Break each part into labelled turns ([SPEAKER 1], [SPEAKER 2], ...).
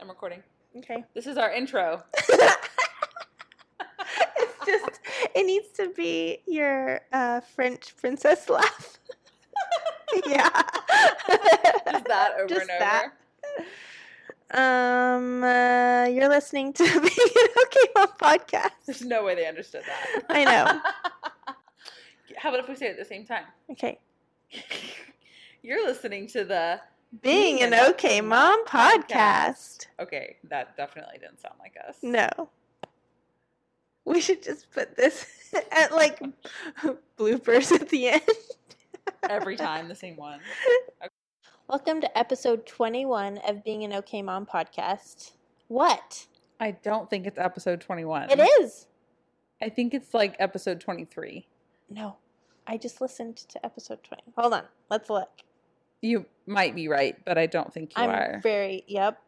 [SPEAKER 1] I'm recording.
[SPEAKER 2] Okay.
[SPEAKER 1] This is our intro.
[SPEAKER 2] it's just it needs to be your uh, French princess laugh. yeah.
[SPEAKER 1] Just that over
[SPEAKER 2] Just
[SPEAKER 1] and over.
[SPEAKER 2] that. um, uh, you're listening to the Okay Mom
[SPEAKER 1] There's
[SPEAKER 2] podcast.
[SPEAKER 1] no way they understood that.
[SPEAKER 2] I know.
[SPEAKER 1] How about if we say it at the same time?
[SPEAKER 2] Okay.
[SPEAKER 1] You're listening to the.
[SPEAKER 2] Being an Okay Mom podcast.
[SPEAKER 1] Okay, that definitely didn't sound like us.
[SPEAKER 2] No. We should just put this at like bloopers at the end.
[SPEAKER 1] Every time, the same one.
[SPEAKER 2] Welcome to episode 21 of Being an Okay Mom podcast. What?
[SPEAKER 1] I don't think it's episode 21.
[SPEAKER 2] It is.
[SPEAKER 1] I think it's like episode 23.
[SPEAKER 2] No, I just listened to episode 20. Hold on. Let's look.
[SPEAKER 1] You might be right, but I don't think you
[SPEAKER 2] I'm
[SPEAKER 1] are.
[SPEAKER 2] very, yep.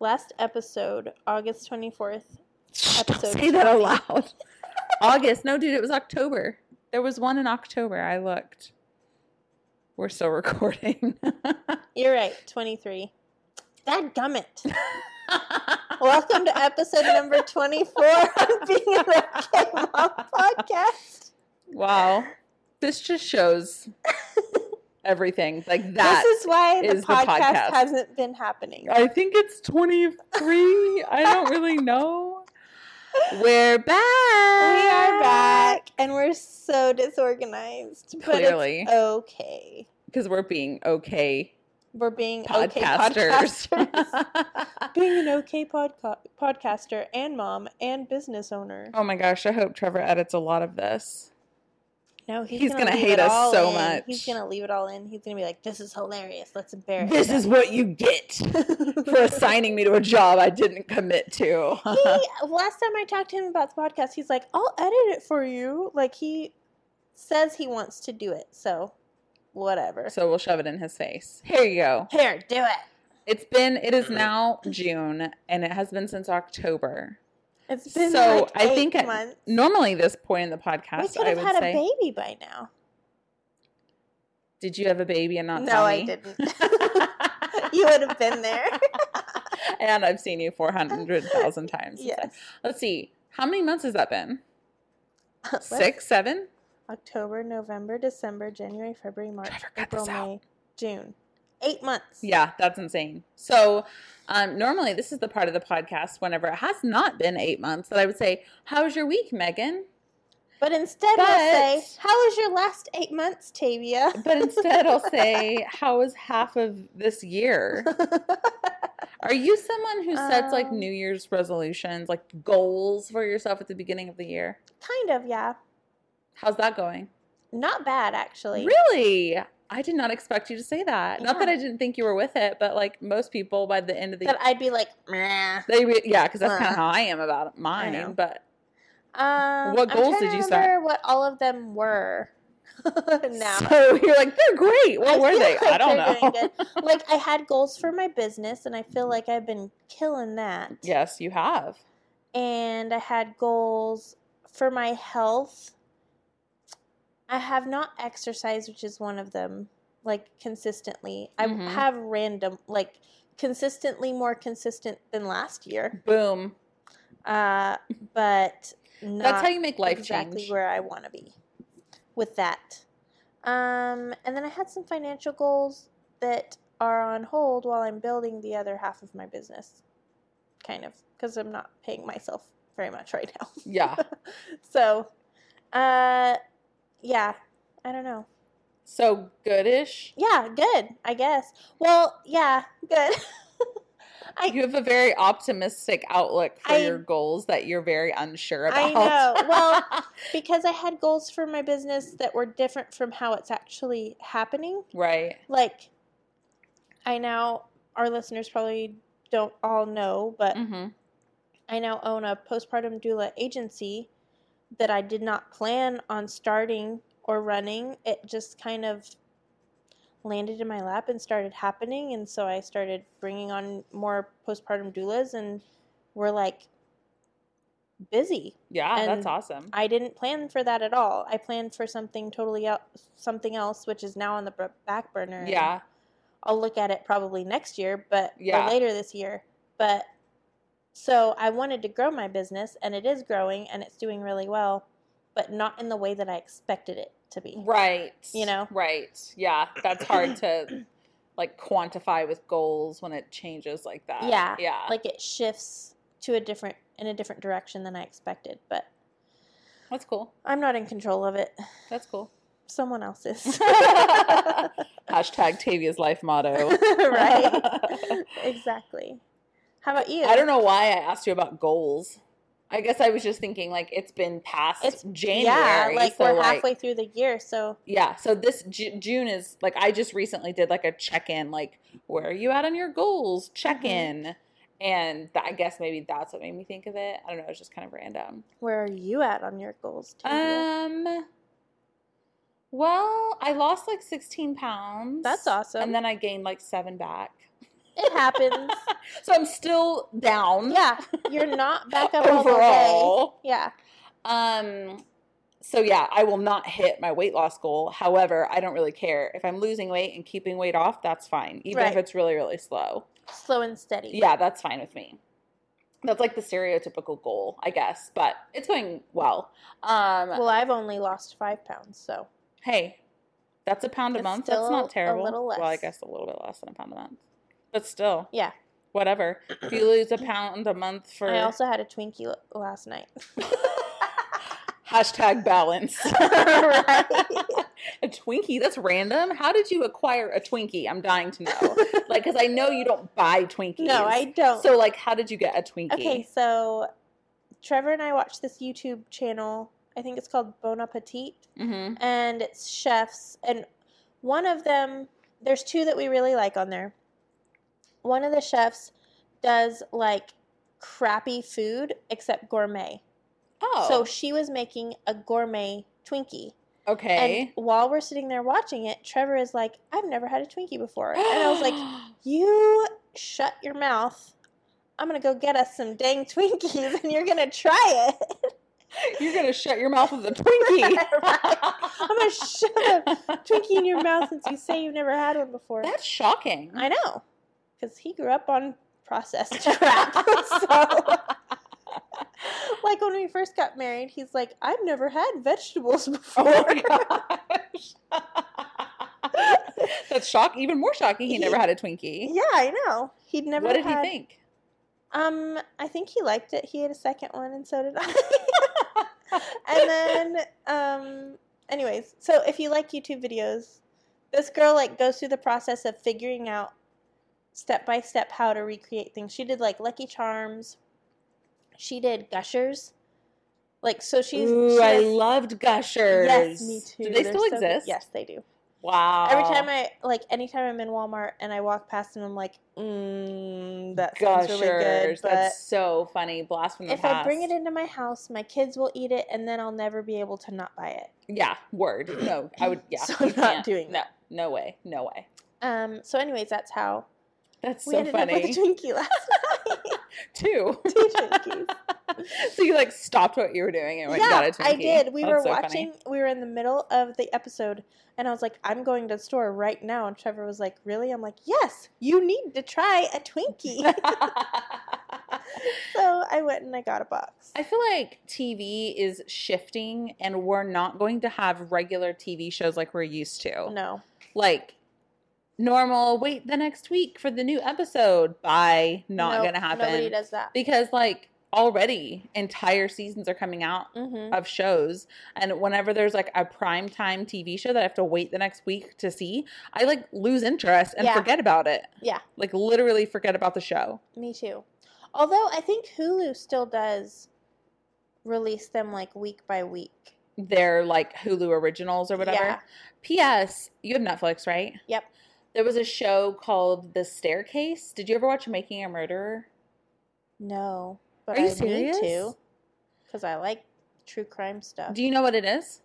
[SPEAKER 2] Last episode, August 24th. episode
[SPEAKER 1] Say that aloud. August. No, dude, it was October. There was one in October. I looked. We're still recording.
[SPEAKER 2] You're right, 23. God damn it. Welcome to episode number 24 of Being an Okay Mom podcast.
[SPEAKER 1] wow. This just shows everything. Like that.
[SPEAKER 2] this is why the
[SPEAKER 1] is the
[SPEAKER 2] podcast,
[SPEAKER 1] podcast.
[SPEAKER 2] hasn't been happening.
[SPEAKER 1] I think it's 23. I don't really know. We're back.
[SPEAKER 2] We
[SPEAKER 1] Ah.
[SPEAKER 2] are back and we're so disorganized. But
[SPEAKER 1] Clearly.
[SPEAKER 2] It's okay.
[SPEAKER 1] Because we're being okay
[SPEAKER 2] We're being okay
[SPEAKER 1] podcasters.
[SPEAKER 2] podcasters. being an okay podca- podcaster and mom and business owner.
[SPEAKER 1] oh my gosh. I hope Trevor edits a lot of this.
[SPEAKER 2] No, he's,
[SPEAKER 1] he's
[SPEAKER 2] gonna,
[SPEAKER 1] gonna
[SPEAKER 2] leave
[SPEAKER 1] hate
[SPEAKER 2] it
[SPEAKER 1] us
[SPEAKER 2] all
[SPEAKER 1] so
[SPEAKER 2] in.
[SPEAKER 1] much.
[SPEAKER 2] He's gonna leave it all in. He's gonna be like, "This is hilarious. Let's embarrass."
[SPEAKER 1] This is what you get. for assigning me to a job I didn't commit to.
[SPEAKER 2] he, last time I talked to him about the podcast, he's like, "I'll edit it for you." Like he says he wants to do it, so whatever.
[SPEAKER 1] so we'll shove it in his face. Here you go.
[SPEAKER 2] Here, do it.
[SPEAKER 1] It's been, it is now June and it has been since October.
[SPEAKER 2] It's been
[SPEAKER 1] So,
[SPEAKER 2] like
[SPEAKER 1] I
[SPEAKER 2] eight
[SPEAKER 1] think at-
[SPEAKER 2] months.
[SPEAKER 1] Normally, this point in the
[SPEAKER 2] we
[SPEAKER 1] podcast,
[SPEAKER 2] could
[SPEAKER 1] I
[SPEAKER 2] have
[SPEAKER 1] would
[SPEAKER 2] had
[SPEAKER 1] say,
[SPEAKER 2] a baby by now.
[SPEAKER 1] Did you have a baby and not
[SPEAKER 2] no,
[SPEAKER 1] tell
[SPEAKER 2] I
[SPEAKER 1] me?
[SPEAKER 2] didn't. you would have been there.
[SPEAKER 1] and I've seen you 400,000 times.
[SPEAKER 2] yes.
[SPEAKER 1] Let's see. How many months has that been?
[SPEAKER 2] Let's-
[SPEAKER 1] Six, seven?
[SPEAKER 2] October, November, December, January, February, March,
[SPEAKER 1] Trevor, cut
[SPEAKER 2] April,
[SPEAKER 1] this out.
[SPEAKER 2] May, June. Eight months.
[SPEAKER 1] Yeah, that's insane. So, um, normally this is the part of the podcast whenever it has not been eight months that I would say, "How's your week, Megan?"
[SPEAKER 2] But instead,
[SPEAKER 1] But-
[SPEAKER 2] we'll say, "How was your last eight months, Tavia?"
[SPEAKER 1] But instead, I'll say, "How was half of this year?" Are you someone who sets like
[SPEAKER 2] Um,
[SPEAKER 1] New Year's resolutions, like goals for yourself at the beginning of the year?
[SPEAKER 2] kind of, yeah.
[SPEAKER 1] How's that going?
[SPEAKER 2] Not bad, actually.
[SPEAKER 1] Really? I did not expect you to say that. Not that
[SPEAKER 2] Yeah.
[SPEAKER 1] I didn't think you were with it, but like most people by the end of the
[SPEAKER 2] That I'd be like, "Meh."
[SPEAKER 1] they re- yeah, because that's kind
[SPEAKER 2] Uh,
[SPEAKER 1] of how I am about mine.
[SPEAKER 2] know.
[SPEAKER 1] But
[SPEAKER 2] Um,
[SPEAKER 1] What
[SPEAKER 2] I'm
[SPEAKER 1] goals
[SPEAKER 2] trying
[SPEAKER 1] did
[SPEAKER 2] to
[SPEAKER 1] you set?
[SPEAKER 2] remember What all of them were. now.
[SPEAKER 1] So you're like, they're great. What
[SPEAKER 2] I
[SPEAKER 1] were
[SPEAKER 2] feel
[SPEAKER 1] they?
[SPEAKER 2] like
[SPEAKER 1] I don't
[SPEAKER 2] they're
[SPEAKER 1] know.
[SPEAKER 2] doing good. like I had goals for my business, and I feel like I've been killing that.
[SPEAKER 1] Yes, you have.
[SPEAKER 2] and I had goals for my health. I have not exercised, which is one of them, like consistently.
[SPEAKER 1] Mhm.
[SPEAKER 2] I have random, like consistently more consistent than last year,
[SPEAKER 1] Boom.
[SPEAKER 2] uh, but not
[SPEAKER 1] That's how you make life
[SPEAKER 2] exactly
[SPEAKER 1] change.
[SPEAKER 2] where I want to be with that. Um, and then I had some financial goals that are on hold while I'm building the other half of my business, kind of, because I'm not paying myself very much right now.
[SPEAKER 1] Yeah.
[SPEAKER 2] So, uh, yeah, I don't know.
[SPEAKER 1] So goodish.
[SPEAKER 2] Yeah, good, I guess. Well, yeah, good. I-
[SPEAKER 1] You have a very optimistic outlook for
[SPEAKER 2] I-
[SPEAKER 1] your goals that you're very unsure about.
[SPEAKER 2] I know. Well, because I had goals for my business that were different from how it's actually happening.
[SPEAKER 1] right.
[SPEAKER 2] Like, I now, our listeners probably don't all know, but
[SPEAKER 1] Mm-hmm.
[SPEAKER 2] I now own a postpartum doula agency that I did not plan on starting or running. It just kind of landed in my lap and started happening. And so I started bringing on more postpartum doulas, and we're like busy.
[SPEAKER 1] Yeah, that's
[SPEAKER 2] And
[SPEAKER 1] awesome.
[SPEAKER 2] I didn't plan for that at all. I planned for something totally el- something else, which is now on the br- back burner. and
[SPEAKER 1] yeah.
[SPEAKER 2] I'll look at it probably next year, but
[SPEAKER 1] Yeah.
[SPEAKER 2] or later this year. But so I wanted to grow my business and it is growing and it's doing really well, but not in the way that I expected it to be.
[SPEAKER 1] Right.
[SPEAKER 2] You know?
[SPEAKER 1] Right. Yeah. That's hard to like quantify with goals when it changes like that.
[SPEAKER 2] Yeah,
[SPEAKER 1] Yeah.
[SPEAKER 2] Like it shifts to a different in a different direction than I expected, but
[SPEAKER 1] that's cool.
[SPEAKER 2] I'm not in control of it.
[SPEAKER 1] That's cool.
[SPEAKER 2] Someone else is.
[SPEAKER 1] Hashtag Tavia's life motto.
[SPEAKER 2] right? exactly. How about you?
[SPEAKER 1] I don't know why I asked you about goals. I guess I was just thinking like it's been past
[SPEAKER 2] It's-
[SPEAKER 1] January.
[SPEAKER 2] yeah, like
[SPEAKER 1] so,
[SPEAKER 2] we're
[SPEAKER 1] like-
[SPEAKER 2] halfway through the year, so
[SPEAKER 1] yeah so this J- june is like i just recently did like a check-in like where are you at on your
[SPEAKER 2] Mm-hmm.
[SPEAKER 1] goals check-in and th- i guess maybe that's what made me think of it i don't know it's just kind of random
[SPEAKER 2] where are you at on your goals? Tavia?
[SPEAKER 1] um well i lost like 16 pounds
[SPEAKER 2] That's awesome.
[SPEAKER 1] and then i gained like seven back
[SPEAKER 2] it happens.
[SPEAKER 1] so i'm still down
[SPEAKER 2] yeah, you're not back up all the way.
[SPEAKER 1] overall
[SPEAKER 2] Yeah,
[SPEAKER 1] Um, so yeah, I will not hit my weight loss goal. However, I don't really care if I'm losing weight and keeping weight off. That's fine, even if
[SPEAKER 2] Right.
[SPEAKER 1] it's really really slow.
[SPEAKER 2] slow and steady.
[SPEAKER 1] Yeah, that's fine with me. That's like the stereotypical goal, I guess, but it's going well. Um,
[SPEAKER 2] Well, I've only lost five pounds, so
[SPEAKER 1] hey, that's a pound a
[SPEAKER 2] It's
[SPEAKER 1] month. That's
[SPEAKER 2] still
[SPEAKER 1] not
[SPEAKER 2] a
[SPEAKER 1] terrible.
[SPEAKER 2] little
[SPEAKER 1] Well, I
[SPEAKER 2] less.
[SPEAKER 1] guess a little bit less than a pound a month, but still,
[SPEAKER 2] yeah.
[SPEAKER 1] whatever. If you lose a pound a month for
[SPEAKER 2] I also had a Twinkie l- last night.
[SPEAKER 1] Hashtag balance.
[SPEAKER 2] Right.
[SPEAKER 1] a Twinkie, that's random. How did you acquire a Twinkie? I'm dying to know. like, because I know you don't buy Twinkies.
[SPEAKER 2] no, I don't.
[SPEAKER 1] So, like, how did you get a Twinkie?
[SPEAKER 2] okay, so Trevor and I watched this YouTube channel. I think it's called Bon Appetit.
[SPEAKER 1] Mm-hmm.
[SPEAKER 2] and it's chefs and one of them there's two that we really like on there one of the chefs does like crappy food except gourmet
[SPEAKER 1] Oh,
[SPEAKER 2] so she was making a gourmet twinkie and
[SPEAKER 1] okay.
[SPEAKER 2] while we're sitting there watching it trevor is like i've never had a twinkie before and i was like you shut your mouth i'm gonna go get us some dang twinkies and you're gonna try it
[SPEAKER 1] you're going to shut your mouth with a Twinkie.
[SPEAKER 2] i'm gonna shove a Twinkie in your mouth since you say you've never had one before.
[SPEAKER 1] That's shocking.
[SPEAKER 2] I know, because he grew up on processed crap. so, like when we first got married, he's like, "I've never had vegetables before."
[SPEAKER 1] Oh my gosh. That's shock. Even more shocking. He never had a Twinkie.
[SPEAKER 2] yeah, I know. He'd never.
[SPEAKER 1] what did
[SPEAKER 2] had-
[SPEAKER 1] he think?
[SPEAKER 2] Um, I think he liked it. He had a second one, and so did I. and then, um, anyways, so if you like YouTube videos, this girl like goes through the process of figuring out step by step how to recreate things. She did like Lucky Charms. She did Gushers. Like so, she's.
[SPEAKER 1] Ooh,
[SPEAKER 2] she
[SPEAKER 1] I
[SPEAKER 2] has-
[SPEAKER 1] loved Gushers.
[SPEAKER 2] Yes, me too.
[SPEAKER 1] Do they
[SPEAKER 2] They're
[SPEAKER 1] still
[SPEAKER 2] so good.
[SPEAKER 1] exist?
[SPEAKER 2] Yes, they do.
[SPEAKER 1] Wow.
[SPEAKER 2] Every time I like, anytime I'm in Walmart and I walk past them, I'm like, mm, that sounds
[SPEAKER 1] Gushers.
[SPEAKER 2] really good. But
[SPEAKER 1] That's so funny. Blast from the
[SPEAKER 2] if
[SPEAKER 1] past.
[SPEAKER 2] I bring it into my house, my kids will eat it, and then I'll never be able to not buy it.
[SPEAKER 1] Yeah. Word. No. I would. Yeah.
[SPEAKER 2] So
[SPEAKER 1] you
[SPEAKER 2] I'm not
[SPEAKER 1] can't.
[SPEAKER 2] doing
[SPEAKER 1] No. No way. No way.
[SPEAKER 2] Um. So, anyways, that's how
[SPEAKER 1] That's
[SPEAKER 2] we
[SPEAKER 1] so
[SPEAKER 2] ended up
[SPEAKER 1] funny.
[SPEAKER 2] with a Twinkie last night.
[SPEAKER 1] Two.
[SPEAKER 2] Two Twinkies.
[SPEAKER 1] so you like stopped what you were doing and went and
[SPEAKER 2] yeah,
[SPEAKER 1] got a Twinkie.
[SPEAKER 2] I did. We
[SPEAKER 1] That's
[SPEAKER 2] were
[SPEAKER 1] so funny.
[SPEAKER 2] watching. We were in the middle of the episode, and I was like, "I'm going to the store right now." And Trevor was like, "Really?" I'm like, "Yes, you need to try a Twinkie." so I went and I got a box.
[SPEAKER 1] I feel like TV is shifting, and we're not going to have regular TV shows like we're used to.
[SPEAKER 2] no.
[SPEAKER 1] like normal wait the next week for the new episode bye not
[SPEAKER 2] Nope,
[SPEAKER 1] gonna
[SPEAKER 2] Nobody
[SPEAKER 1] happen
[SPEAKER 2] does that.
[SPEAKER 1] because like already entire seasons are coming out
[SPEAKER 2] hmm
[SPEAKER 1] of shows and whenever there's like a prime time tv show that i have to wait the next week to see i like lose interest and
[SPEAKER 2] Yeah.
[SPEAKER 1] forget about it
[SPEAKER 2] Yeah.
[SPEAKER 1] like literally forget about the show
[SPEAKER 2] Me too. Although I think Hulu still does release them like week by week.
[SPEAKER 1] they're like hulu originals or whatever
[SPEAKER 2] Yeah.
[SPEAKER 1] ps you have netflix right
[SPEAKER 2] Yep.
[SPEAKER 1] there was a show called the staircase did you ever watch making a murderer
[SPEAKER 2] No, but
[SPEAKER 1] Are you
[SPEAKER 2] I
[SPEAKER 1] serious?
[SPEAKER 2] need to because I like true crime stuff.
[SPEAKER 1] Do you know what it is?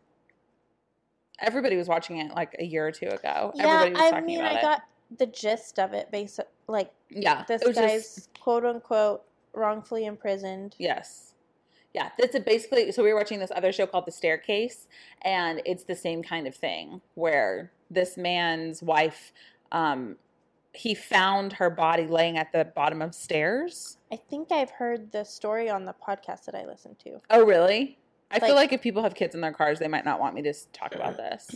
[SPEAKER 1] Everybody was watching it like a year or two ago.
[SPEAKER 2] yeah,
[SPEAKER 1] Everybody was
[SPEAKER 2] I
[SPEAKER 1] talking
[SPEAKER 2] mean,
[SPEAKER 1] about
[SPEAKER 2] I
[SPEAKER 1] it.
[SPEAKER 2] got the gist of it. Based like
[SPEAKER 1] yeah,
[SPEAKER 2] this
[SPEAKER 1] it was
[SPEAKER 2] guy's
[SPEAKER 1] just-
[SPEAKER 2] quote unquote wrongfully imprisoned.
[SPEAKER 1] yes, yeah. That's a basically. So we were watching this other show called The Staircase, and it's the same kind of thing where this man's wife um, he found her body laying at the bottom of stairs.
[SPEAKER 2] I think I've heard the story on the podcast that I listened to.
[SPEAKER 1] Oh, really? I feel
[SPEAKER 2] Like-
[SPEAKER 1] like if people have kids in their cars, they might not want me to s- talk about this.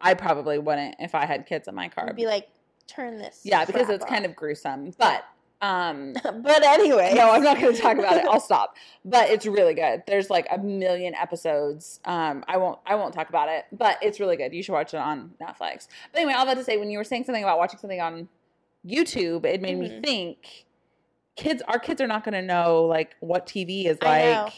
[SPEAKER 1] I probably wouldn't if I had kids in my car.
[SPEAKER 2] I'd be like, turn this.
[SPEAKER 1] yeah, because it's kind of gruesome. But um
[SPEAKER 2] of. but anyway,
[SPEAKER 1] no, I'm not going to talk about it. I'll stop. But it's really good. There's like a million episodes. Um, I won't. I won't talk about it. But it's really good. You should watch it on Netflix. But anyway, all that to say, when you were saying something about watching something on YouTube, it made me
[SPEAKER 2] Mhm.
[SPEAKER 1] think. Kids, our kids are not going to know like what TV is
[SPEAKER 2] I know.
[SPEAKER 1] like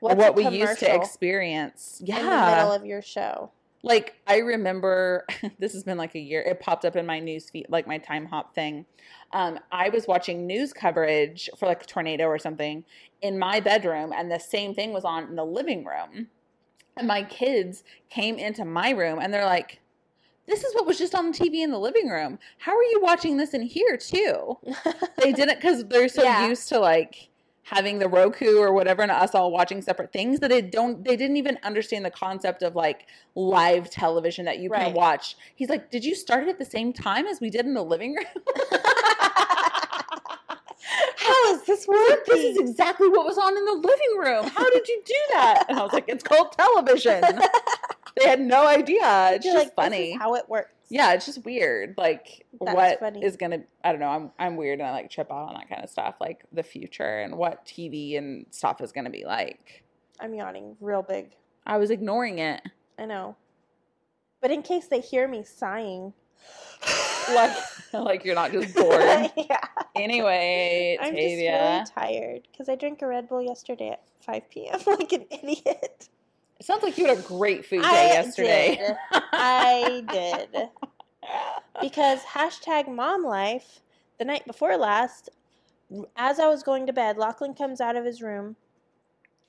[SPEAKER 1] or
[SPEAKER 2] What's
[SPEAKER 1] what
[SPEAKER 2] a
[SPEAKER 1] we used to
[SPEAKER 2] commercial
[SPEAKER 1] experience. Yeah,
[SPEAKER 2] in the middle of your show.
[SPEAKER 1] like I remember this has been like a year. It popped up in my news feed, like my time hop thing. Um, I was watching news coverage for like a tornado or something in my bedroom, and the same thing was on in the living room. And my kids came into my room and they're like, This is what was just on the TV in the living room. How are you watching this in here too? They didn't because they're so
[SPEAKER 2] Yeah.
[SPEAKER 1] used to like having the Roku or whatever and us all watching separate things that it don't they didn't even understand the concept of like live television that you
[SPEAKER 2] Right.
[SPEAKER 1] can watch. He's like, Did you start it at the same time as we did in the living room?
[SPEAKER 2] How is this working?
[SPEAKER 1] This is exactly what was on in the living room. How did you do that? And I was like, It's called television. they had no idea. It's
[SPEAKER 2] You're
[SPEAKER 1] just
[SPEAKER 2] like,
[SPEAKER 1] funny.
[SPEAKER 2] This is how it works.
[SPEAKER 1] Yeah, it's just weird. Like
[SPEAKER 2] That's
[SPEAKER 1] what
[SPEAKER 2] funny.
[SPEAKER 1] is gonna I don't know, I'm I'm weird and I like trip out on that kind of stuff, like the future and what TV and stuff is gonna be like.
[SPEAKER 2] I'm yawning real big.
[SPEAKER 1] I was ignoring it.
[SPEAKER 2] I know. But in case they hear me sighing,
[SPEAKER 1] Like like you're not just bored.
[SPEAKER 2] yeah,
[SPEAKER 1] anyway,
[SPEAKER 2] I'm just really
[SPEAKER 1] Tavia.
[SPEAKER 2] tired because I drank a Red Bull yesterday at 5 p.m. like an idiot.
[SPEAKER 1] It sounds like you had a great food day
[SPEAKER 2] I
[SPEAKER 1] yesterday.
[SPEAKER 2] did. I did because hashtag mom life. The night before last, as I was going to bed, Lachlan comes out of his room,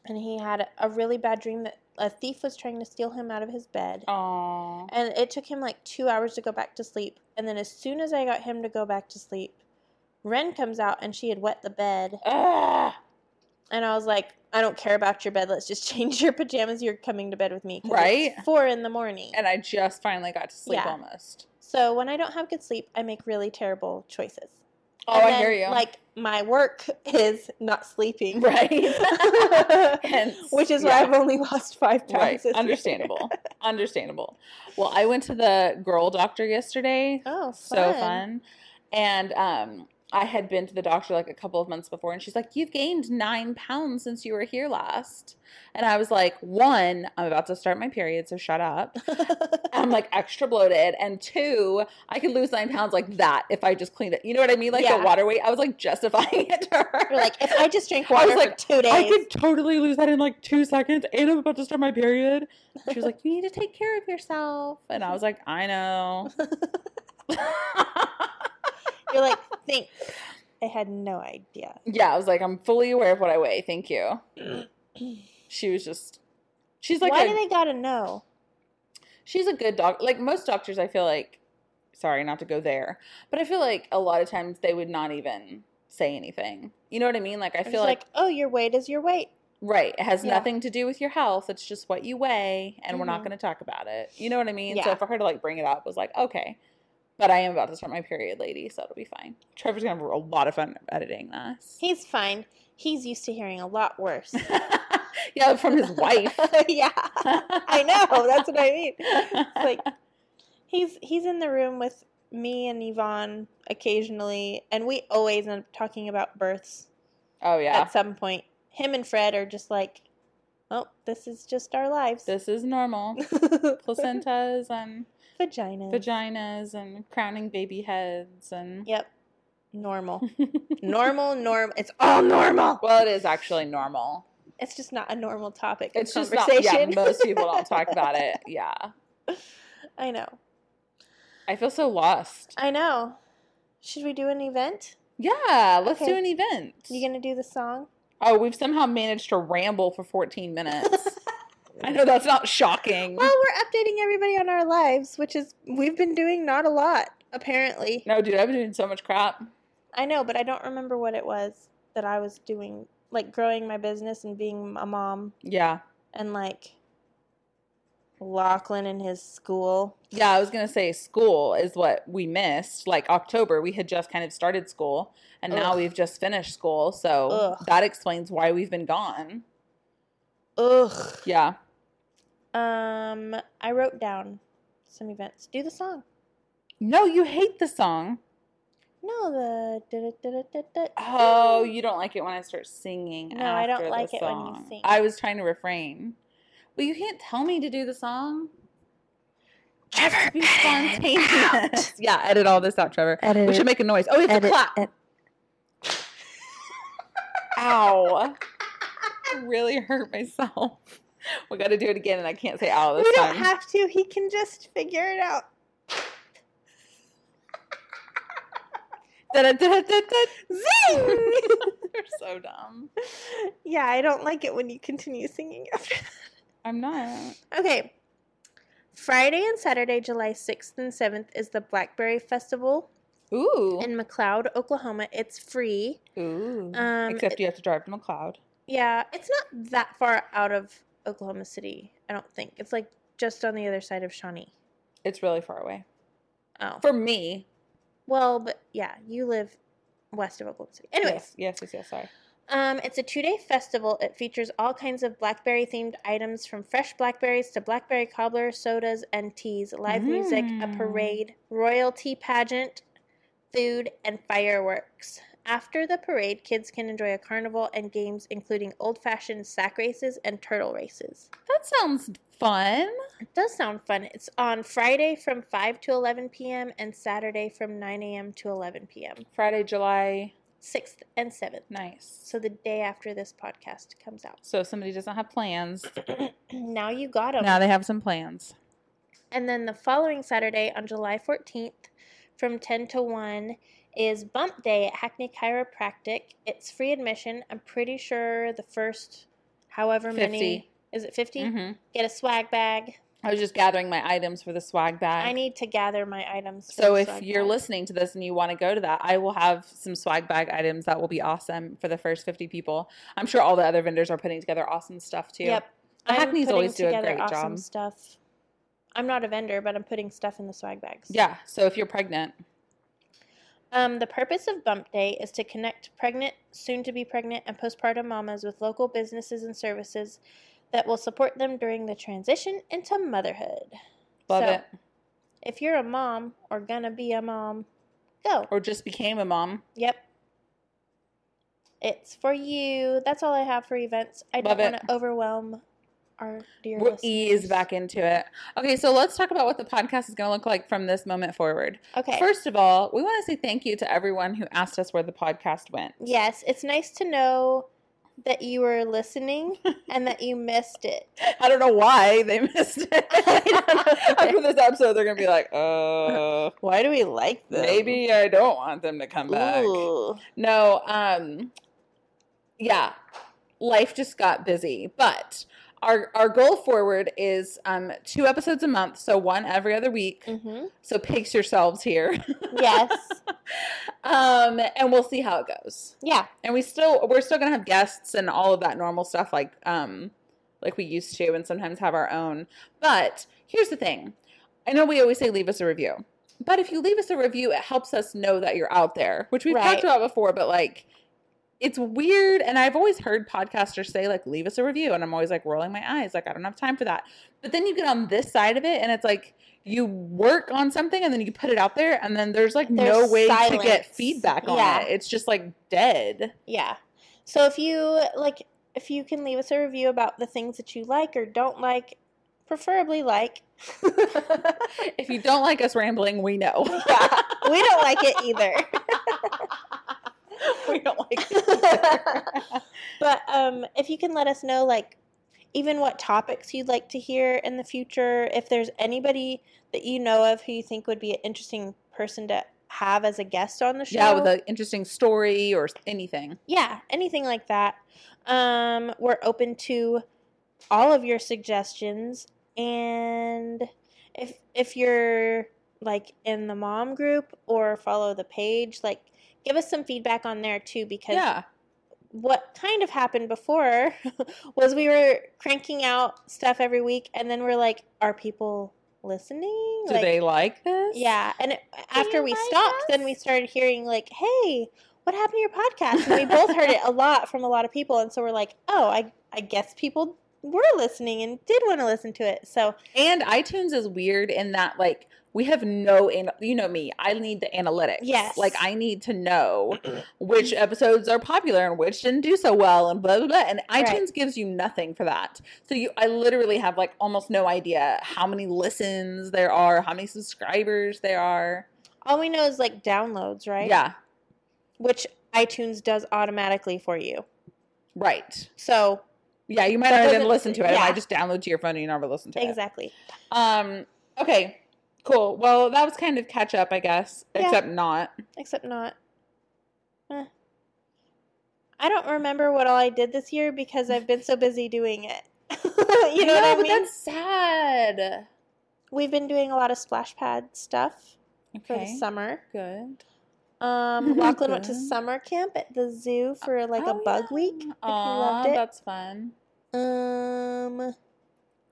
[SPEAKER 2] and he had a really bad dream that a thief was trying to steal him out of his
[SPEAKER 1] Oh.
[SPEAKER 2] bed.
[SPEAKER 1] Aw.
[SPEAKER 2] And it took him like two hours to go back to sleep. And then as soon as I got him to go back to sleep, Ren comes out and she had wet the bed.
[SPEAKER 1] Ugh.
[SPEAKER 2] And I was like, I don't care about your bed. Let's just change your pajamas. You're coming to bed with me. 'cause it's
[SPEAKER 1] Right.
[SPEAKER 2] four in the morning.
[SPEAKER 1] And I just finally got to sleep
[SPEAKER 2] Yeah.
[SPEAKER 1] almost.
[SPEAKER 2] so when I don't have good sleep, I make really terrible choices.
[SPEAKER 1] Oh,
[SPEAKER 2] And
[SPEAKER 1] I
[SPEAKER 2] then,
[SPEAKER 1] hear you.
[SPEAKER 2] Like my work is not sleeping.
[SPEAKER 1] Right. Hence,
[SPEAKER 2] Which is
[SPEAKER 1] yeah.
[SPEAKER 2] why I've only lost five times.
[SPEAKER 1] Right.
[SPEAKER 2] this year.
[SPEAKER 1] Understandable. Understandable. Well, I went to the girl doctor yesterday.
[SPEAKER 2] Oh, fun.
[SPEAKER 1] So fun. And um I had been to the doctor like a couple of months before and she's like, You've gained nine pounds since you were here last. And I was like, one, I'm about to start my period, so shut up. I'm like extra bloated. And two, I could lose nine pounds like that if I just cleaned it. You know what I mean? Like
[SPEAKER 2] Yeah.
[SPEAKER 1] the water weight. I was like justifying it to her.
[SPEAKER 2] You're like, if I just drink
[SPEAKER 1] I
[SPEAKER 2] water
[SPEAKER 1] was like,
[SPEAKER 2] for two days.
[SPEAKER 1] I could totally lose that in like two seconds, and I'm about to start my period. She was like, "You need to take care of yourself," and I was like, "I know."
[SPEAKER 2] You're like, thanks. I had no idea.
[SPEAKER 1] yeah, I was like, "I'm fully aware of what I weigh. Thank you." She was just, she's like,
[SPEAKER 2] Why
[SPEAKER 1] a,
[SPEAKER 2] do they gotta know?
[SPEAKER 1] she's a good doc. Like most doctors, I feel like, sorry, not to go there, but I feel like a lot of times they would not even say anything. You know what I mean? Like I
[SPEAKER 2] I
[SPEAKER 1] feel
[SPEAKER 2] feel like, oh, your weight is your weight.
[SPEAKER 1] Right. It has
[SPEAKER 2] Yeah.
[SPEAKER 1] nothing to do with your health. It's just what you weigh, and we're not
[SPEAKER 2] Mhm.
[SPEAKER 1] going to talk about it. You know what I mean?
[SPEAKER 2] Yeah.
[SPEAKER 1] So for her to like bring it up was like, okay, but I am about to start my period, lady, so it'll be fine. Trevor's going to have a lot of fun editing this.
[SPEAKER 2] He's fine. He's used to hearing a lot worse.
[SPEAKER 1] yeah, from his wife.
[SPEAKER 2] yeah, I know. That's what I mean. like- He's he's in the room with me and Yvonne occasionally, and we always end up talking about births
[SPEAKER 1] oh yeah,
[SPEAKER 2] at some point. Him and Fred are just like, oh, this is just our lives.
[SPEAKER 1] this is normal. Placentas and
[SPEAKER 2] Vagina.
[SPEAKER 1] vaginas and crowning baby heads and.
[SPEAKER 2] Yep. Normal. normal. Norm. It's all normal.
[SPEAKER 1] Well, it is actually normal.
[SPEAKER 2] It's just not a normal topic. of
[SPEAKER 1] It's just not.
[SPEAKER 2] conversation.
[SPEAKER 1] Yeah, most people don't talk about it. Yeah.
[SPEAKER 2] I know.
[SPEAKER 1] I feel so lost.
[SPEAKER 2] I know. Should we do an event?
[SPEAKER 1] Yeah, let's do
[SPEAKER 2] Okay.
[SPEAKER 1] an event.
[SPEAKER 2] You gonna do the song?
[SPEAKER 1] oh, we've somehow managed to ramble for 14 minutes. I know that's not shocking.
[SPEAKER 2] Well, we're updating everybody on our lives, which is we've been doing not a lot apparently.
[SPEAKER 1] No, dude, I've been doing so much crap.
[SPEAKER 2] I know, but I don't remember what it was that I was doing, like growing my business and being a mom
[SPEAKER 1] Yeah.
[SPEAKER 2] and like Lachlan and his school.
[SPEAKER 1] Yeah, I was gonna say school is what we missed. Like October, we had just kind of started school, and now
[SPEAKER 2] Ugh.
[SPEAKER 1] we've just finished school, so
[SPEAKER 2] Ugh.
[SPEAKER 1] that explains why we've been gone.
[SPEAKER 2] Ugh.
[SPEAKER 1] Yeah.
[SPEAKER 2] Um, I wrote down some events. Do the song.
[SPEAKER 1] No, you hate the song.
[SPEAKER 2] No, the da da da da da.
[SPEAKER 1] Oh, you don't like it when I start singing.
[SPEAKER 2] No, I don't
[SPEAKER 1] after the
[SPEAKER 2] like it when you
[SPEAKER 1] song.
[SPEAKER 2] sing.
[SPEAKER 1] I was trying to refrain. Well, you can't tell me to do the song.
[SPEAKER 2] Trevor,
[SPEAKER 1] Be
[SPEAKER 2] edit it out.
[SPEAKER 1] spontaneous. yeah, edit all this out, Trevor.
[SPEAKER 2] Edit
[SPEAKER 1] We should
[SPEAKER 2] it-
[SPEAKER 1] make a noise. Oh, we have to
[SPEAKER 2] edit
[SPEAKER 1] clap.
[SPEAKER 2] it.
[SPEAKER 1] Ow. I really hurt myself. We got to do it again, and I can't say ow this
[SPEAKER 2] We
[SPEAKER 1] time.
[SPEAKER 2] don't have to. He can just figure it out.
[SPEAKER 1] Da-da-da-da-da.
[SPEAKER 2] Zing!
[SPEAKER 1] You're so dumb.
[SPEAKER 2] yeah, I don't like it when you continue singing after
[SPEAKER 1] I'm not.
[SPEAKER 2] that. Okay. Friday and Saturday, July 6th and 7th, is the Blackberry Festival
[SPEAKER 1] Ooh.
[SPEAKER 2] in McLeod, Oklahoma. It's free.
[SPEAKER 1] Ooh.
[SPEAKER 2] Um,
[SPEAKER 1] Except you have to drive to McLeod.
[SPEAKER 2] Yeah, it's not that far out of Oklahoma City, I don't think. It's like just on the other side of Shawnee.
[SPEAKER 1] It's really far away.
[SPEAKER 2] Oh.
[SPEAKER 1] For me.
[SPEAKER 2] well, but yeah, you live west of Oklahoma City. Anyways,
[SPEAKER 1] Yes, yes, yes, yes. Sorry.
[SPEAKER 2] Um, it's a two day festival. It features all kinds of blackberry themed items from fresh blackberries to blackberry cobbler, sodas, and teas, live music, a
[SPEAKER 1] Mm.
[SPEAKER 2] parade, royalty pageant, food, and fireworks. After the parade, kids can enjoy a carnival and games, including old fashioned sack races and turtle races.
[SPEAKER 1] That sounds fun.
[SPEAKER 2] It does sound fun. It's on Friday from 5 to 11 p.m. and Saturday from 9 a.m. to 11 p.m.,
[SPEAKER 1] Friday, July.
[SPEAKER 2] 6th and 7th.
[SPEAKER 1] Nice.
[SPEAKER 2] So the day after this podcast comes out.
[SPEAKER 1] So if somebody doesn't have plans,
[SPEAKER 2] now you got them.
[SPEAKER 1] now they have some plans.
[SPEAKER 2] and then the following Saturday on July 14th from 10 to 1 is Bump Day at Hackney Chiropractic. It's free admission. I'm pretty sure the first however many
[SPEAKER 1] 50.
[SPEAKER 2] is it 50?
[SPEAKER 1] hmm
[SPEAKER 2] Get a swag bag.
[SPEAKER 1] I was just gathering my items for the swag bag.
[SPEAKER 2] I need to gather my items. for
[SPEAKER 1] So
[SPEAKER 2] the
[SPEAKER 1] if
[SPEAKER 2] swag
[SPEAKER 1] you're
[SPEAKER 2] bag.
[SPEAKER 1] listening to this and you want to go to that, I will have some swag bag items that will be awesome for the first 50 people. I'm sure all the other vendors are putting together awesome stuff too.
[SPEAKER 2] Yep.
[SPEAKER 1] The Hackneys
[SPEAKER 2] putting
[SPEAKER 1] always do a
[SPEAKER 2] together
[SPEAKER 1] great
[SPEAKER 2] awesome
[SPEAKER 1] job.
[SPEAKER 2] stuff. I'm not a vendor, but I'm putting stuff in the swag bags.
[SPEAKER 1] Yeah. So if you're pregnant,
[SPEAKER 2] Um, the purpose of Bump Day is to connect pregnant, soon to be pregnant, and postpartum mamas with local businesses and services that will support them during the transition into motherhood.
[SPEAKER 1] love
[SPEAKER 2] So,
[SPEAKER 1] it.
[SPEAKER 2] If you're a mom or gonna be a mom, go.
[SPEAKER 1] Or just became a mom.
[SPEAKER 2] Yep. It's for you. That's all I have for events. I
[SPEAKER 1] Love
[SPEAKER 2] don't want
[SPEAKER 1] it.
[SPEAKER 2] to overwhelm our dear
[SPEAKER 1] We'll ease
[SPEAKER 2] listeners.
[SPEAKER 1] back into it. Okay. So let's talk about what the podcast is going to look like from this moment forward.
[SPEAKER 2] Okay.
[SPEAKER 1] First of all, we want to say thank you to everyone who asked us where the podcast went.
[SPEAKER 2] yes, it's nice to know that you were listening and that you missed it.
[SPEAKER 1] I don't know why they missed it.
[SPEAKER 2] I don't
[SPEAKER 1] After this episode, they're going to be like, uh,
[SPEAKER 2] Why do we like this?
[SPEAKER 1] maybe I don't want them to come back.
[SPEAKER 2] Ooh.
[SPEAKER 1] No, um yeah. Life just got busy, but our our goal forward is um two episodes a month, so one every other week.
[SPEAKER 2] hmm
[SPEAKER 1] So pace yourselves here.
[SPEAKER 2] Yes.
[SPEAKER 1] Um and we'll see how it goes.
[SPEAKER 2] yeah.
[SPEAKER 1] And we still we're still going to have guests and all of that normal stuff like um like we used to and sometimes have our own. But here's the thing. I know we always say leave us a review. But if you leave us a review, it helps us know that you're out there, which we've
[SPEAKER 2] Right.
[SPEAKER 1] talked about before, but like it's weird and I've always heard podcasters say like leave us a review and I'm always like rolling my eyes like I don't have time for that. But then you get on this side of it and it's like you work on something and then you put it out there and then there's like no
[SPEAKER 2] There's
[SPEAKER 1] way to
[SPEAKER 2] silence.
[SPEAKER 1] get feedback on
[SPEAKER 2] Yeah.
[SPEAKER 1] it. It's just like dead.
[SPEAKER 2] Yeah. So if you like, if you can leave us a review about the things that you like or don't like, preferably like. we
[SPEAKER 1] if you don't like us rambling, we know.
[SPEAKER 2] don't like it either.
[SPEAKER 1] we don't like it.
[SPEAKER 2] But um, if you can let us know, like, even what topics you'd like to hear in the future, if there's anybody that you know of who you think would be an interesting person to have as a guest on the show.
[SPEAKER 1] yeah, with an interesting story or anything.
[SPEAKER 2] yeah anything like that um we're open to all of your suggestions and if if you're like in the mom group or follow the page like give us some feedback on there too because
[SPEAKER 1] Yeah.
[SPEAKER 2] what kind of happened before was we were cranking out stuff every week, and then we're like, are people listening?
[SPEAKER 1] Do
[SPEAKER 2] Like,
[SPEAKER 1] they like this?
[SPEAKER 2] Yeah, and it, after
[SPEAKER 1] you
[SPEAKER 2] we
[SPEAKER 1] like
[SPEAKER 2] stopped, then
[SPEAKER 1] us?
[SPEAKER 2] we started hearing like, "Hey, what happened to your podcast?" And we both heard it a lot from a lot of people, and so we're like, "Oh, I I guess people were listening and did want to listen to it." So
[SPEAKER 1] And iTunes is weird in that like we have no an- you know me, I need the analytics.
[SPEAKER 2] Yes.
[SPEAKER 1] Like I need to know which episodes are popular and which didn't do so well and blah blah blah. And
[SPEAKER 2] Right.
[SPEAKER 1] iTunes gives you nothing for that. So you I literally have like almost no idea how many listens there are, how many subscribers there are.
[SPEAKER 2] all we know is like downloads, right?
[SPEAKER 1] Yeah.
[SPEAKER 2] Which iTunes does automatically for you.
[SPEAKER 1] Right.
[SPEAKER 2] So
[SPEAKER 1] Yeah, you might
[SPEAKER 2] That
[SPEAKER 1] not even
[SPEAKER 2] doesn't-
[SPEAKER 1] listen to it. It
[SPEAKER 2] yeah.
[SPEAKER 1] might just download to your phone and you never listen to it.
[SPEAKER 2] exactly.
[SPEAKER 1] Um okay. Cool. Well, that was kind of catch up, I guess.
[SPEAKER 2] Yeah.
[SPEAKER 1] Except not.
[SPEAKER 2] except not. Eh. I don't remember what all I did this year because I've been so busy doing it. you know
[SPEAKER 1] No,
[SPEAKER 2] what I
[SPEAKER 1] but
[SPEAKER 2] mean?
[SPEAKER 1] That's sad.
[SPEAKER 2] We've been doing a lot of splash pad stuff for the summer.
[SPEAKER 1] Good.
[SPEAKER 2] Um, Lachlan went to
[SPEAKER 1] Good.
[SPEAKER 2] summer camp at the zoo for like a
[SPEAKER 1] Oh,
[SPEAKER 2] bug
[SPEAKER 1] yeah.
[SPEAKER 2] week. and he
[SPEAKER 1] Aw,
[SPEAKER 2] loved it.
[SPEAKER 1] that's fun.
[SPEAKER 2] Um,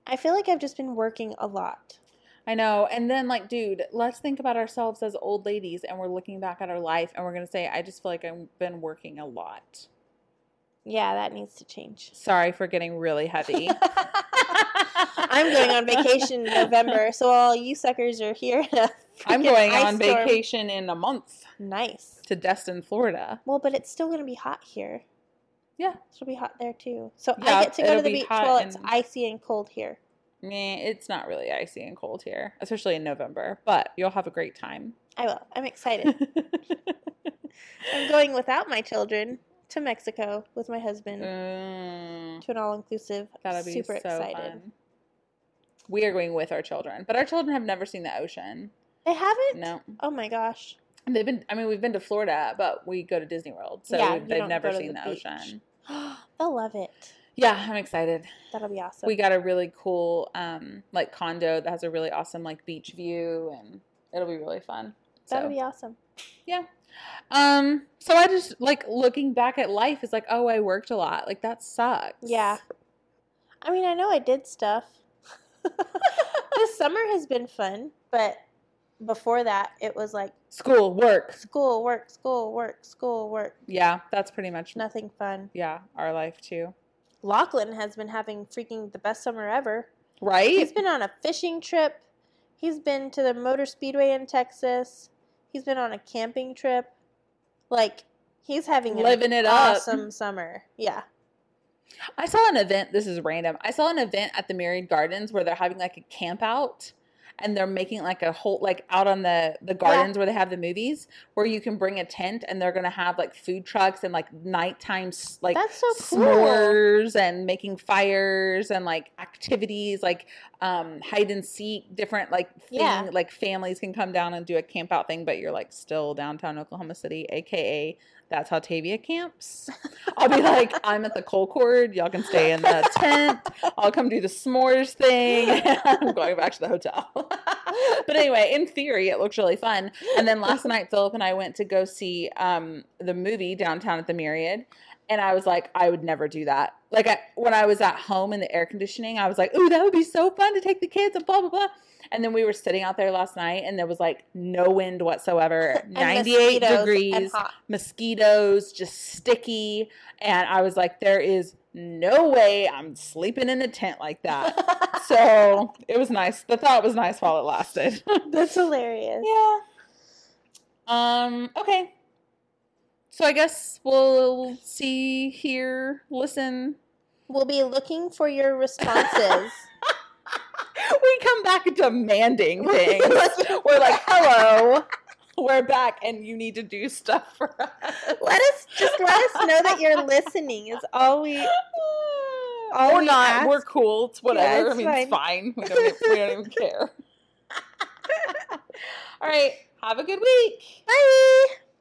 [SPEAKER 2] I feel like I've just been working a lot.
[SPEAKER 1] I know. And then, like, dude, let's think about ourselves as old ladies and we're looking back at our life and we're going to say, I just feel like I've been working a lot.
[SPEAKER 2] Yeah, that needs to change.
[SPEAKER 1] Sorry for getting really heavy.
[SPEAKER 2] I'm going on vacation in November, so all you suckers are here. in a
[SPEAKER 1] I'm
[SPEAKER 2] freaking
[SPEAKER 1] going
[SPEAKER 2] ice
[SPEAKER 1] on
[SPEAKER 2] storm.
[SPEAKER 1] vacation in a month
[SPEAKER 2] Nice.
[SPEAKER 1] to Destin, Florida.
[SPEAKER 2] Well, but it's still going to be hot here.
[SPEAKER 1] Yeah.
[SPEAKER 2] It'll be hot there too. So
[SPEAKER 1] Yeah,
[SPEAKER 2] I get to go
[SPEAKER 1] it'll
[SPEAKER 2] to the
[SPEAKER 1] be
[SPEAKER 2] beach
[SPEAKER 1] hot
[SPEAKER 2] while it's
[SPEAKER 1] and-
[SPEAKER 2] icy and cold here.
[SPEAKER 1] Meh, it's not really icy and cold here, especially in November, but you'll have a great time.
[SPEAKER 2] I will. I'm excited. I'm going without my children to Mexico with my husband
[SPEAKER 1] Mm.
[SPEAKER 2] to an all inclusive.
[SPEAKER 1] That'll be
[SPEAKER 2] super
[SPEAKER 1] so
[SPEAKER 2] excited.
[SPEAKER 1] fun. We are going with our children, but our children have never seen the ocean.
[SPEAKER 2] They haven't?
[SPEAKER 1] No,
[SPEAKER 2] Oh my gosh.
[SPEAKER 1] And they've been. I mean, we've been to Florida, but we go to Disney World, so
[SPEAKER 2] Yeah,
[SPEAKER 1] we-
[SPEAKER 2] you
[SPEAKER 1] they've
[SPEAKER 2] don't
[SPEAKER 1] never
[SPEAKER 2] go to
[SPEAKER 1] seen
[SPEAKER 2] the
[SPEAKER 1] the,
[SPEAKER 2] beach.
[SPEAKER 1] ocean.
[SPEAKER 2] They'll love it.
[SPEAKER 1] Yeah, I'm excited.
[SPEAKER 2] That'll be awesome.
[SPEAKER 1] We got a really cool, um, like condo that has a really awesome like beach view, and it'll be really fun.
[SPEAKER 2] That'll
[SPEAKER 1] So,
[SPEAKER 2] be awesome.
[SPEAKER 1] um, so I just like looking back at life is like, oh, I worked a lot. Like that sucks.
[SPEAKER 2] Yeah. I mean, I know I did stuff. this summer has been fun, but before that, it was like
[SPEAKER 1] School, work.
[SPEAKER 2] school, work, school, work, school, work.
[SPEAKER 1] Yeah, that's pretty much.
[SPEAKER 2] Nothing fun.
[SPEAKER 1] Yeah, our life too.
[SPEAKER 2] Lachlan has been having freaking the best summer ever.
[SPEAKER 1] Right.
[SPEAKER 2] He's been on a fishing trip. He's been to the motor speedway in Texas. He's been on a camping trip. Like he's having an
[SPEAKER 1] Living it up.
[SPEAKER 2] awesome summer. Yeah.
[SPEAKER 1] I saw an event. This is random. I saw an event at the Married Gardens where they're having like a camp out, and they're making like a whole like out on the the gardens where they have the movies, where you can bring a tent and they're gonna have like food trucks and like nighttime s- like
[SPEAKER 2] That's so cool.
[SPEAKER 1] s'mores and making fires and like activities like um hide and seek different like thing,
[SPEAKER 2] Yeah.
[SPEAKER 1] like families can come down and do a camp out thing but you're like still downtown oklahoma city aka that's how tavia camps i'll be like i'm at the coal cord y'all can stay in the tent i'll come do the smores thing i'm going back to the hotel but anyway in theory it looks really fun and then last night philip and i went to go see um the movie downtown at the myriad and I was like, I would never do that. Like I, when I was at home in the air conditioning, I was like, "Ooh, that would be so fun to take the kids and blah blah blah." And then we were sitting out there last night, and there was like no wind whatsoever,
[SPEAKER 2] And
[SPEAKER 1] ninety-eight
[SPEAKER 2] mosquitoes and
[SPEAKER 1] degrees,
[SPEAKER 2] hot.
[SPEAKER 1] mosquitoes, just sticky. And I was like, "There is no way I'm sleeping in a tent like that." so it was nice. The thought was nice while it lasted.
[SPEAKER 2] That's hilarious.
[SPEAKER 1] yeah. Um. Okay. So I guess we'll see, hear, listen.
[SPEAKER 2] We'll be looking for your responses.
[SPEAKER 1] We come back demanding things. We're like, hello, we're back, and you need to do stuff for us.
[SPEAKER 2] let us just let us know that you're listening is all we All
[SPEAKER 1] or
[SPEAKER 2] we
[SPEAKER 1] not.
[SPEAKER 2] ask-
[SPEAKER 1] We're cool. It's whatever.
[SPEAKER 2] it's
[SPEAKER 1] I mean, it's fine. We don't, e, we don't even care. All right. Have a good week.
[SPEAKER 2] Bye.